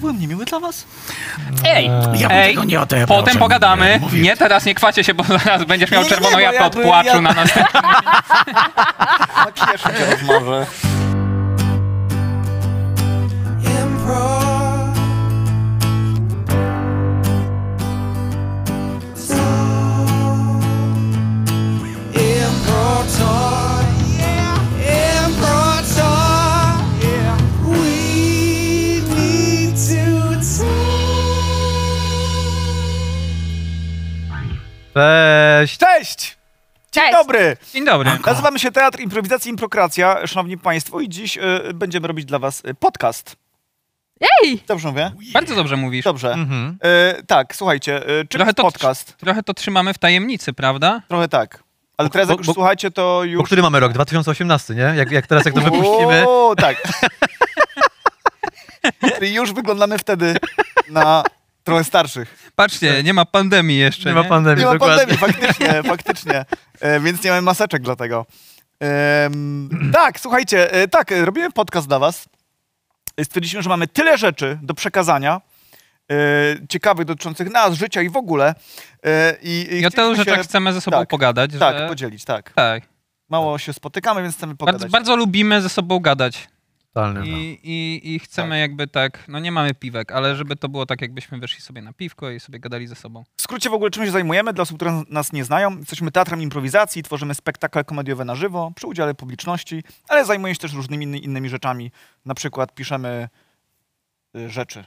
byłem niemiły dla was? Ej, E, Ja bym ej, tego nie odebrał, potem żebym pogadamy. nie Nie, mówił. teraz nie kwacie się, bo zaraz będziesz miał Nie, nie, czerwoną bo japę ja od bym- płaczu ja- na następnym. Cieszę się rozmowy. Cześć! Cześć! Dzień Cześć. dobry! Dzień dobry. Nazywamy się Teatr Improwizacji Improkracja, szanowni państwo, i dziś e, będziemy robić dla was e, podcast. Ej! Dobrze mówię? Bardzo dobrze mówisz. Dobrze. Mhm. E, tak, słuchajcie, e, czym Trochę jest to- podcast? Trochę to trzymamy w tajemnicy, prawda? Trochę tak. Ale teraz jak bo- już bo- słuchacie, to Bo już... który mamy rok? 2018, nie? Jak, jak teraz jak to wypuścimy. O, tak. Czyli już wyglądamy wtedy na trochę starszych. Patrzcie, nie ma pandemii jeszcze. Nie ma pandemii, Nie ma dokładnie. pandemii, faktycznie, faktycznie. E, więc nie mamy maseczek dlatego. Em, tak, słuchajcie, e, tak, e, robimy podcast dla was. E, Stwierdziliśmy, że mamy tyle rzeczy do przekazania, e, ciekawych dotyczących nas, życia i w ogóle. E, i, i I o chcieliśmy tych rzeczach się- chcemy ze sobą tak, pogadać. Tak, że... podzielić, tak. tak. Mało się spotykamy, więc chcemy Bardzo, pogadać. bardzo lubimy ze sobą gadać. Totalny, no. I, i, I chcemy jakby tak, no nie mamy piwek, ale żeby to było tak, jakbyśmy wyszli sobie na piwko i sobie gadali ze sobą. W skrócie w ogóle czym się zajmujemy dla osób, które nas nie znają. Jesteśmy teatrem improwizacji, tworzymy spektakle komediowe na żywo, przy udziale publiczności, ale zajmujemy się też różnymi inny- innymi rzeczami. Na przykład piszemy y, rzeczy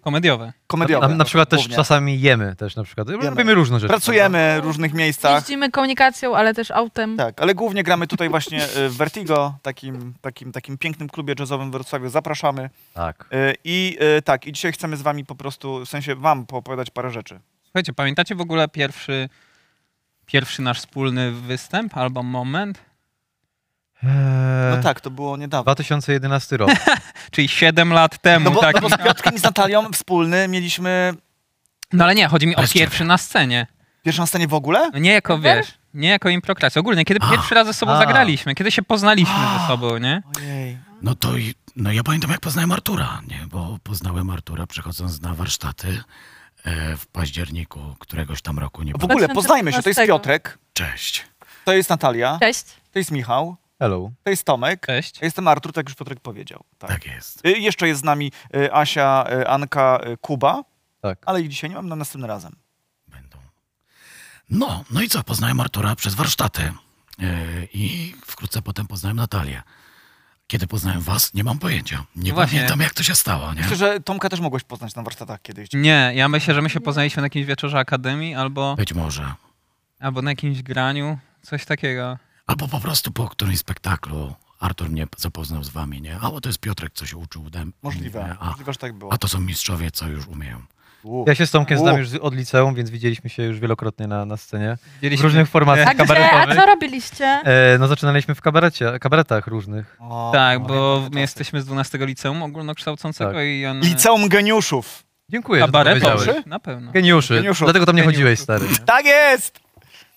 Komediowe. komediowe. Na, na przykład też no, głównie. czasami jemy też na przykład. Robimy różne rzeczy. Pracujemy w różnych miejscach. Jeździmy komunikacją, ale też autem. Tak, ale głównie gramy tutaj właśnie y, w Vertigo, takim, takim, takim pięknym klubie jazzowym w Wrocławiu. Zapraszamy. Tak. Y, I y, tak, i dzisiaj chcemy z wami po prostu, w sensie wam poopowiadać parę rzeczy. Słuchajcie, pamiętacie w ogóle pierwszy, pierwszy nasz wspólny występ albo moment? Eee, No tak, to było niedawno. 2011 rok. Czyli 7 lat temu, No bo, tak? no bo z Piotrkiem i z Natalią wspólny mieliśmy No ale nie, chodzi mi o Bez pierwszy na scenie. Pierwszy na scenie w ogóle? No nie jako, wiesz, nie jako improkracja. Ogólnie, kiedy pierwszy raz ze sobą A. zagraliśmy, kiedy się poznaliśmy ze A. sobą, nie? Ojej. No to i- no ja pamiętam, jak poznałem Artura, nie? bo poznałem Artura przechodząc na warsztaty e, w październiku któregoś tam roku. Nie W było. ogóle poznajmy się. To jest 2015. Piotrek, Cześć. to jest Natalia, Cześć. to jest Michał, Hello. to jest Tomek. Cześć. Ja jestem Artur, tak już Piotrek powiedział. Tak. Tak jest. Y, Jeszcze jest z nami y, Asia, y, Anka, y, Kuba, Tak. ale ich dzisiaj nie mam na następnym razem. Będą. No, no i co? Poznałem Artura przez warsztaty. E, I wkrótce potem poznałem Natalię. Kiedy poznałem was, nie mam pojęcia. Nie Właśnie. pamiętam, jak to się stało, nie? Myślę, że Tomka też mogłeś poznać na warsztatach kiedyś. Nie, ja myślę, że my się poznaliśmy na jakimś wieczorze akademii albo, Być może. albo na jakimś graniu, coś takiego. Albo po prostu po którymś spektaklu Artur mnie zapoznał z wami, nie? A bo to jest Piotrek, co się uczył ode mnie. Możliwe, A, możliwe, że tak było. a to są mistrzowie, co już umieją. U. Ja się z Tomkiem U. znam już z- od liceum, więc widzieliśmy się już wielokrotnie na, na scenie. W Widzieliśmy- różnych E, Tak? formatach A, gdzie, a kabaretowych. co robiliście? E, no zaczynaliśmy w kabarecie, kabaretach różnych. O, no, Tak, no, o, bo jakie my to jesteśmy z 12 liceum ogólnokształcącego Tak. i on... czasy. Liceum geniuszów. Dziękuję, że to Kabaretowy, powiedziałeś. na pewno. Geniuszy. Geniuszu. Dlatego tam nie Geniuszu. chodziłeś, stary. Tak jest!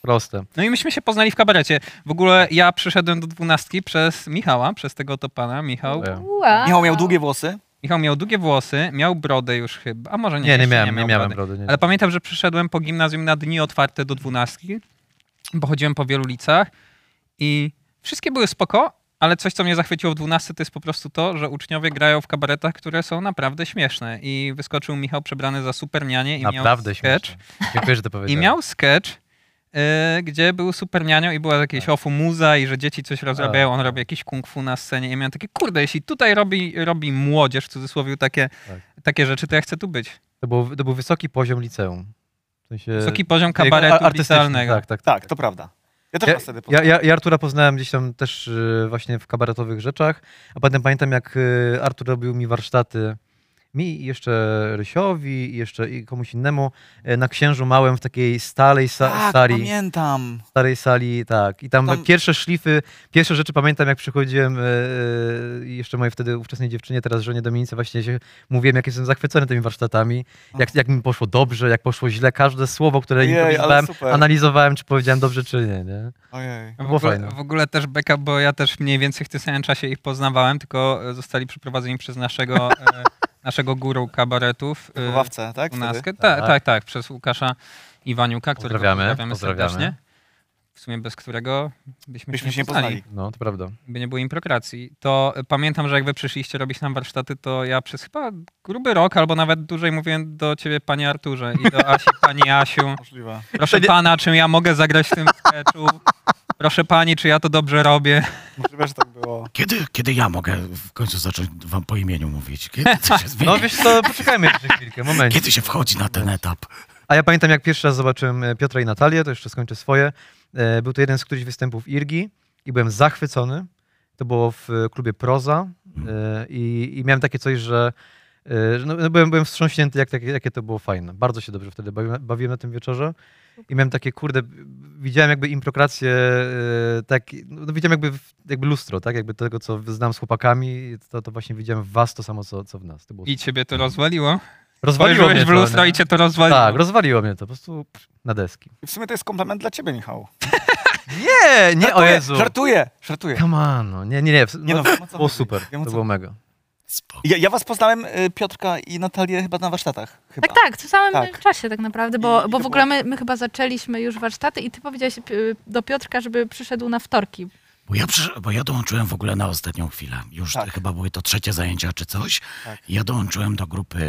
Proste. No i myśmy się poznali w kabarecie. W ogóle ja przyszedłem do dwunastki przez Michała, przez tego oto pana. Michał, E, Tak. Wow. Michał miał długie włosy. Michał miał długie włosy, miał brodę już chyba, a może nie. Nie, nie jeszcze miałem, nie miałem brody. brody. Nie. Ale pamiętam, że przyszedłem po gimnazjum na dni otwarte do dwunastki, bo chodziłem po wielu ulicach i wszystkie były spoko, ale coś, co mnie zachwyciło w dwunastce, to jest po prostu to, że uczniowie grają w kabaretach, które są naprawdę śmieszne. I wyskoczył Michał przebrany za supernianie i Naprawdę miał sketch. śmieszne. Dziękuję, że to I powiedziałeś. miał sketch, y, gdzie był super nianio i była Tak. jakieś ofu muza i że dzieci coś rozrabiają, on robi jakiś kung fu na scenie. I miałem takie, kurde, jeśli tutaj robi, robi młodzież, w cudzysłowie, takie, Tak. Y, takie rzeczy, to ja chcę tu być. To był, to był wysoki poziom liceum. W sensie Wysoki poziom tego kabaretu artystyczny, artystycznego. Tak, tak, Tak, to prawda. Ja też Ja, was wtedy ja, poznałem. ja, ja Artura poznałem gdzieś tam też y, właśnie w kabaretowych rzeczach, a potem pamiętam jak y, Artur robił mi warsztaty, mi i jeszcze Rysiowi i jeszcze i komuś innemu, y, na Księżu Małym w takiej starej sa- tak, sali, pamiętam. starej sali, tak. I tam, Tam- pierwsze szlify, pierwsze rzeczy pamiętam jak przychodziłem y, y, jeszcze mojej wtedy ówczesnej dziewczynie, teraz żonie Dominice właśnie się mówiłem, jak jestem zachwycony tymi warsztatami, jak, jak mi poszło dobrze, jak poszło źle, każde słowo, które Ojej, ale improwizowałem, super. analizowałem, czy powiedziałem dobrze, czy nie, nie? Ojej. W było ogóle, fajne. w ogóle też beka, bo ja też mniej więcej w tym samym czasie ich poznawałem, tylko e, zostali przeprowadzeni przez naszego, e, naszego guru kabaretów. y, Wychowawcę, tak? Wtedy? Dwunastkę? Tak. Tak, tak, tak, przez Łukasza Iwaniuka, którego Pozdrawiamy, pozdrawiamy, pozdrawiamy. serdecznie. W sumie bez którego byśmy, Byśmy się nie poznali, No, to prawda. by nie było improkracji. To y, pamiętam, że jak wy przyszliście robić nam warsztaty, to ja przez chyba gruby rok albo nawet dłużej mówiłem do ciebie, panie Arturze i do Asi, pani Asiu. Możliwe. Proszę pana, czym ja mogę zagrać w tym sketchu? Proszę pani, czy ja to dobrze robię? Możliwe, że tak było. Kiedy, kiedy ja mogę w końcu zacząć wam po imieniu mówić? Kiedy to się zmieni? No wiesz co, poczekajmy jeszcze chwilkę, moment. Kiedy się wchodzi na ten etap? A ja pamiętam, jak pierwszy raz zobaczyłem e, Piotra i Natalię, to jeszcze skończę swoje. E, Był to jeden z którychś występów Irgi i byłem zachwycony. To było w e, klubie Proza e, i, i miałem takie coś, że e, że no, no, byłem, byłem wstrząśnięty, jak, jak, jakie to było fajne. Bardzo się dobrze wtedy bawiłem, bawiłem na tym wieczorze i miałem takie, kurde, widziałem jakby improkrację, e, tak, no, widziałem jakby, w- jakby lustro, tak, jakby tego, co znam z chłopakami, to, to właśnie widziałem w was to samo, co, co w nas. To było... I ciebie to rozwaliło? Rozwaliło Spojrzyłeś w to, lustro nie? i cię to rozwaliło. Tak, rozwaliło mnie to, po prostu pff, na deski. I w sumie to jest komplement dla ciebie, Michał. Nie, nie, o Żartuję, Jezu. Żartuję, żartuję. Come on, no, nie, nie, nie. No, Nie no, wiem, o to co było chodzi. super, Wiem, o to co było mega. Spoko. Ja, ja was poznałem, y, Piotrka i Natalię, chyba na warsztatach. Chyba. Tak, tak, w samym Tak. czasie tak naprawdę, I- bo, i bo to w ogóle my, my chyba zaczęliśmy już warsztaty i ty powiedziałeś p- do Piotrka, żeby przyszedł na wtorki. Bo ja, przysz- bo ja dołączyłem w ogóle na ostatnią chwilę. Już Tak. chyba były to trzecie zajęcia czy coś. Tak. Ja dołączyłem do grupy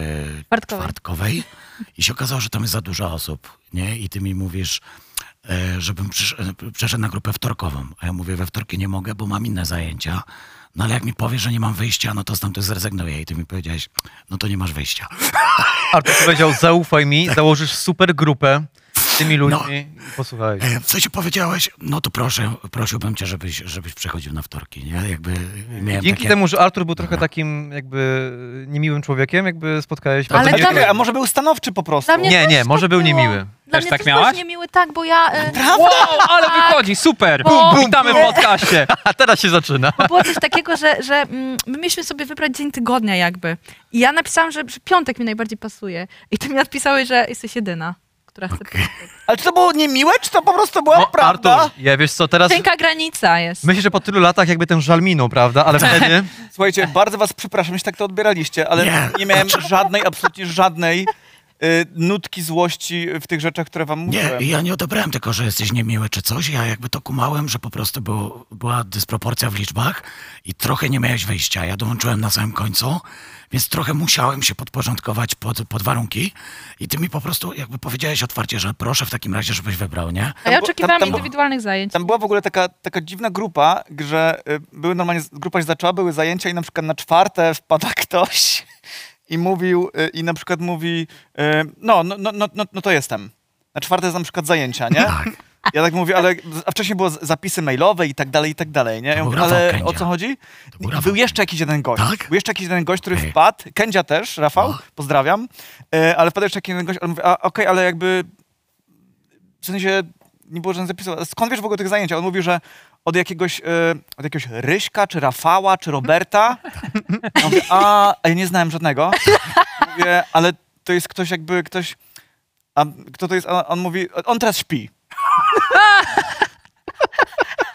Czwartkowej. czwartkowej i się okazało, że tam jest za dużo osób. Nie? I ty mi mówisz, e, żebym przysz- e, przeszedł na grupę wtorkową. A ja mówię, we wtorki nie mogę, bo mam inne zajęcia. No ale jak mi powiesz, że nie mam wyjścia, no to stamtąd zrezygnuję. I ty mi powiedziałeś, no to nie masz wyjścia. Artur powiedział, zaufaj mi, założysz super grupę z tymi ludźmi No. i posłuchaj. E, Co ci powiedziałeś? No to proszę, prosiłbym cię, żebyś, żebyś przechodził na wtorki. Nie? Jakby miałem Dzięki takie... temu, że Artur był trochę takim jakby niemiłym człowiekiem, jakby spotkałeś... Ale bardzo Ale dla niemiłego- mnie- czekaj, Znaczy, a może był stanowczy po prostu? Dla mnie Nie, też nie, tak może był było. niemiły. Dla Też mnie tak też miałaś? Był niemiły, tak, bo ja... e, Wow, ale wychodzi, super! Bum, bum, Witamy w podcaście! A teraz się zaczyna. Bo było coś takiego, że, że mm, my mieliśmy sobie wybrać dzień tygodnia jakby. I ja napisałam, że, że piątek mi najbardziej pasuje. I ty mi napisałeś, że jesteś jedyna, która chce Okej. piątek. Ale czy to było niemiłe, czy to po prostu była O, prawda? Artur, ja wiesz co, teraz... Cienka granica jest. Myślę, że po tylu latach jakby ten żal minął, prawda? Ale wtedy... Słuchajcie, bardzo was przepraszam, jeśli tak to odbieraliście, ale nie, Nie. miałem żadnej, absolutnie żadnej y, nutki złości w tych rzeczach, które wam Nie, mówiłem. ja nie odebrałem tylko, że jesteś niemiły czy coś. Ja jakby to kumałem, że po prostu było, była dysproporcja w liczbach i trochę nie miałeś wyjścia. Ja dołączyłem na samym końcu, więc trochę musiałem się podporządkować pod, pod warunki i ty mi po prostu jakby powiedziałeś otwarcie, że proszę w takim razie, żebyś wybrał, nie? A ja Tam bu- oczekiwałam tam- tam- indywidualnych zajęć. Tam była w ogóle taka, taka dziwna grupa, że y, były normalnie, grupa się zaczęła, były zajęcia i na przykład na czwarte wpada ktoś i mówił, y, i na przykład mówi, y, no, no, no, no, no, no to jestem. Na czwarte jest na przykład zajęcia, nie? Tak. Ja tak mówię, ale a wcześniej było z- zapisy mailowe i tak dalej, i tak dalej, nie? Ja był mówię, Rafał ale Kędzia. o co chodzi? był I Rafał Był jeszcze jakiś jeden gość. Tak? Był jeszcze jakiś jeden gość, który Ej. wpadł. Kędzia też, Rafał, Och. pozdrawiam. E, ale wpadł jeszcze jakiś jeden gość, ale mówię, a okej, ale jakby w sensie nie było żadnych zapisów. A Skąd wiesz w ogóle o tych zajęciach? On mówi, że od jakiegoś, e, od jakiegoś Ryśka, czy Rafała, czy Roberta. Ja mówię, a, a ja nie znałem żadnego. Mówię, ale to jest ktoś jakby, ktoś... A kto to jest? A on mówi, on teraz śpi.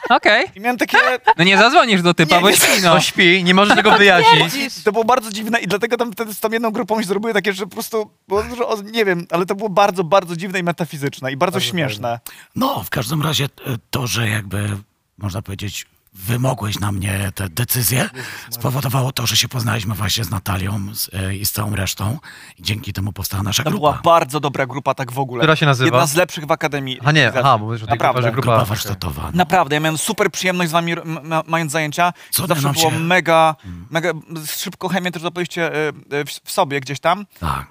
Okej. I miałem takie. No nie zadzwonisz do typa, Nie, bo nie. śpi, no. No śpi, nie możesz tego wyjaśnić. To było bardzo dziwne i dlatego tam wtedy z tą jedną grupą się zrobiły takie, że po prostu. Bo, że, o, nie wiem, ale to było bardzo, bardzo dziwne i metafizyczne i bardzo, Bardzo śmieszne. No, w każdym razie e, to, że jakby można powiedzieć, wymogłeś na mnie tę decyzję, spowodowało to, że się poznaliśmy właśnie z Natalią z, e, i z całą resztą. I dzięki temu powstała nasza To grupa. była bardzo dobra grupa, tak w ogóle. Która się nazywa? Jedna z lepszych w akademii. A nie, Realizacji. aha, bo mówisz o tej Naprawdę. grupie, że grupa, grupa... warsztatowa. Naprawdę, ja miałem super przyjemność z wami ro- ma- ma- mając zajęcia. Cudnie Zawsze nam było się- mega, mega, szybko chemię też zapaliście y, y, w, w sobie gdzieś tam Tak. y,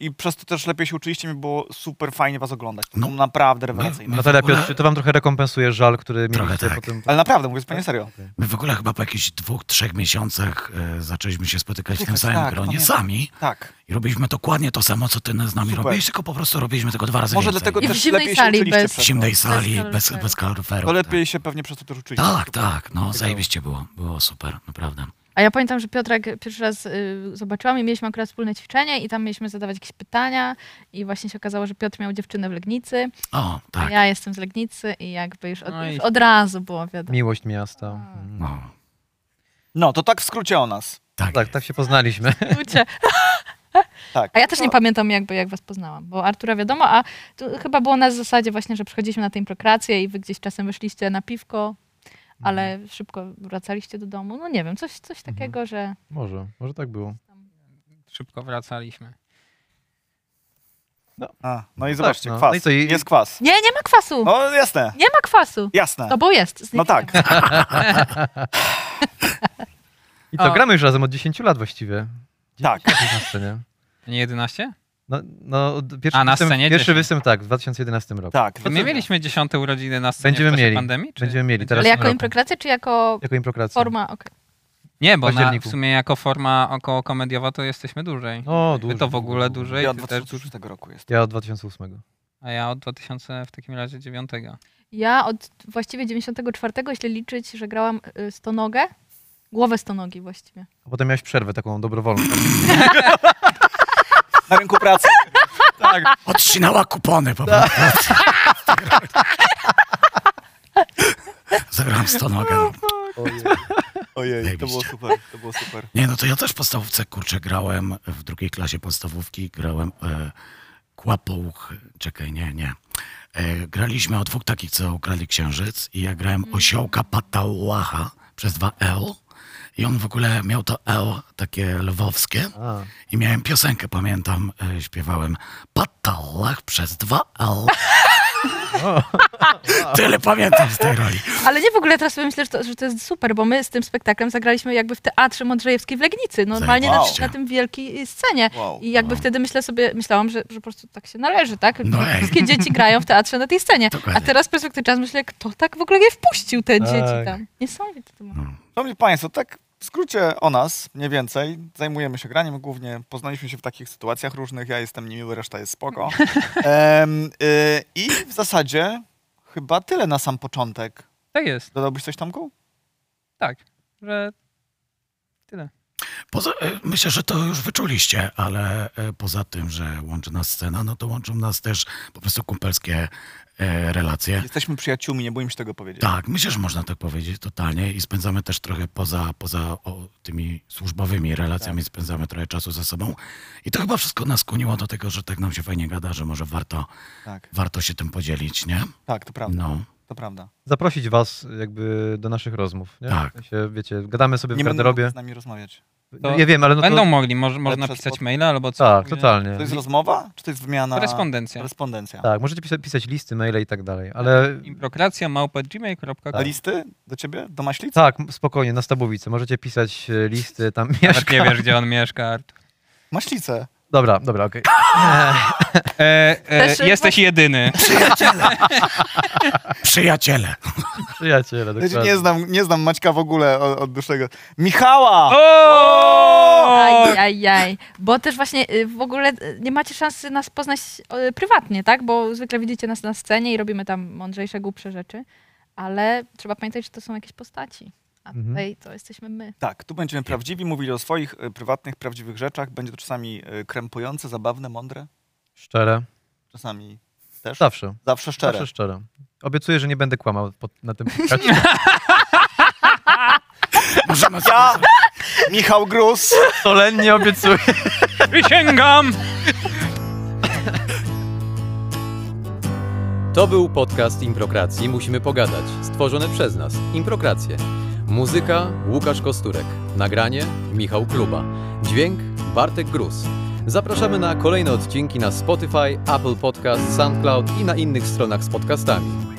i przez to też lepiej się uczyliście, mi było super fajnie was oglądać. To No. było naprawdę rewelacyjne. Natalia w ogóle- Piotr, No to wam trochę rekompensuje żal, który Trochę mieliście tak. potem... Ale naprawdę, mówię zupełnie serio. My w ogóle chyba po jakichś dwóch, trzech miesiącach e, zaczęliśmy się spotykać w tym Spotykać, samym tak, gronie pamiętam. sami Tak. i robiliśmy dokładnie to samo, co ty z nami Super. robisz, tylko po prostu robiliśmy tego dwa razy Może więcej. dlatego I w też zimnej lepiej sali się uczyliście bez- przez w zimnej sali, Bez bez, kaloryferów. bez to. kaloryferów. To lepiej się pewnie przez to też uczyliście. Tak, tak, no zajebiście było. Było super, naprawdę. A ja pamiętam, że Piotrek pierwszy raz y, zobaczyłam i mieliśmy akurat wspólne ćwiczenie i tam mieliśmy zadawać jakieś pytania i właśnie się okazało, że Piotr miał dziewczynę w Legnicy, O, a tak. ja jestem z Legnicy i jakby już od, No i- już od razu było wiadomo. Miłość miasta. No, No, to tak w skrócie o nas. tak. Tak. Tak, tak się poznaliśmy. Ludzie. Tak. A ja No. też nie pamiętam jakby jak was poznałam, bo Artura wiadomo, a tu chyba było na zasadzie właśnie, że przychodziliśmy na tę improkrację i wy gdzieś czasem wyszliście na piwko, ale Mhm. szybko wracaliście do domu. No nie wiem, coś, coś takiego, że... Może, może tak było. Szybko wracaliśmy. A, no i zobaczcie, no. kwas. No i co, i- Jest kwas. Nie, nie ma kwasu! No jasne, Nie ma kwasu! jasne. To bo jest. z No tak. I to O. gramy już razem od 10 lat właściwie. Tak. 10 lat na scenie. Nie 11? No, no, od- pierwszy A, na występ, scenie Pierwszy 10. występ, tak, w 2011 roku. Tak. My mieliśmy 10 urodziny na scenie Będziemy w czasie mieli. pandemii? Czy... Będziemy mieli. Teraz Ale jako roku. improkracja, czy jako Jako improkracja. forma? Okej. Nie, bo na, w październiku. sumie jako forma około komediowa to jesteśmy dłużej. O, Wy dłużej. to w ogóle dłużej, Ja od ty też dłużej. 2006 roku jest. No, Ja od 2008. A ja od 2000 w takim razie 9. Ja od właściwie 94, jeśli liczyć, że grałam y, stonogę, głowę stonogi właściwie. A potem miałeś przerwę taką dobrowolną. Na rynku pracy. Odcinała kupony po prostu. Tak. Zagrałem stonogę. Ojej, to Zajebiście. było super, to było super. Nie, no to ja też w podstawówce, kurczę, grałem w drugiej klasie podstawówki, grałem e, kłapouch, czekaj, nie, nie. E, graliśmy o dwóch takich, co ukradli księżyc i ja grałem osiołka patałacha przez dwa L i on w ogóle miał to L takie lwowskie. A, I miałem piosenkę, pamiętam, y, śpiewałem Patalach przez dwa L. Tyle pamiętam z tej roli. Ale nie w ogóle teraz sobie myślę, że to, że to jest super, bo my z tym spektaklem zagraliśmy jakby w Teatrze Modrzejewskiej w Legnicy, normalnie na, Zajebiście. na tym wielkiej scenie. Wow. I jakby wtedy myślę sobie, myślałam, że, że po prostu tak się należy, tak? No ej. Wszystkie dzieci grają w teatrze na tej scenie. A Dokładnie. teraz z perspektywy czasu myślę, kto tak w ogóle nie wpuścił te Tak. dzieci tam? Niesamowite to było. Szanowni Państwo, tak w skrócie o nas, mniej więcej. Zajmujemy się graniem głównie, poznaliśmy się w takich sytuacjach różnych, ja jestem niemiły, reszta jest spoko. Em, y, I w zasadzie chyba tyle na sam początek. To Tak jest, Dodałbyś coś Tomku? tak, że Poza, y, myślę, że to już wyczuliście, ale y, poza tym, że łączy nas scena, no to łączą nas też po prostu kumpelskie y, relacje. Jesteśmy przyjaciółmi, nie boimy się tego powiedzieć. Tak, myślę, że można tak powiedzieć totalnie i spędzamy też trochę poza, poza o, tymi służbowymi relacjami, spędzamy trochę czasu ze sobą i to chyba wszystko nas skłoniło do tego, że tak nam się fajnie gada, że może warto, Tak, warto się tym podzielić, nie? tak to prawda, No. to prawda. zaprosić was jakby do naszych rozmów. Nie? Tak. W sensie, wiecie, gadamy sobie w Nie będą garderobie. z nami rozmawiać. tak. No, ja wiem, ale no to... będą mogli, może, można przez pisać pod- maila albo coś. Tak, Mówię, totalnie. To jest rozmowa, czy to jest wymiana? Korespondencja. Korespondencja. Tak, możecie pisa- pisać listy, maile i tak dalej, ale... Improkracja małpa gmail.com. A listy do ciebie, do maślic? Tak, m- spokojnie, na Stabowice. Możecie pisać e, listy, tam Nawet mieszka. nie wiesz, gdzie on mieszka, Artur. Maślice. Dobra, dobra, okej. E, e, Też jesteś właśnie- jedyny. Przyjaciele. Przyjaciele, Ja cię dokładnie. nie znam, nie znam Maćka w ogóle od, od dłuższego. Michała! O! Ajajaj. Bo też właśnie y, w ogóle y, nie macie szansy nas poznać y, prywatnie, tak? Bo zwykle widzicie nas na scenie i robimy tam mądrzejsze, głupsze rzeczy. Ale trzeba pamiętać, że to są jakieś postaci. A Mhm. tutaj to jesteśmy my. Tak, tu będziemy prawdziwi, mówili o swoich y, prywatnych, prawdziwych rzeczach. Będzie to czasami y, krępujące, zabawne, mądre, Szczere. czasami też. Zawsze. Zawsze szczere. Zawsze szczere. Obiecuję, że nie będę kłamał pod, na tym podcaście. Możemy sobie Ja, Michał Gruz. Solennie obiecuję. Przysięgam! To był podcast Improkracji Musimy Pogadać, stworzony przez nas, Improkrację. Muzyka Łukasz Kosturek, nagranie Michał Kluba, dźwięk Bartek Gruz. Zapraszamy na kolejne odcinki na Spotify, Apple Podcast, SoundCloud i na innych stronach z podcastami.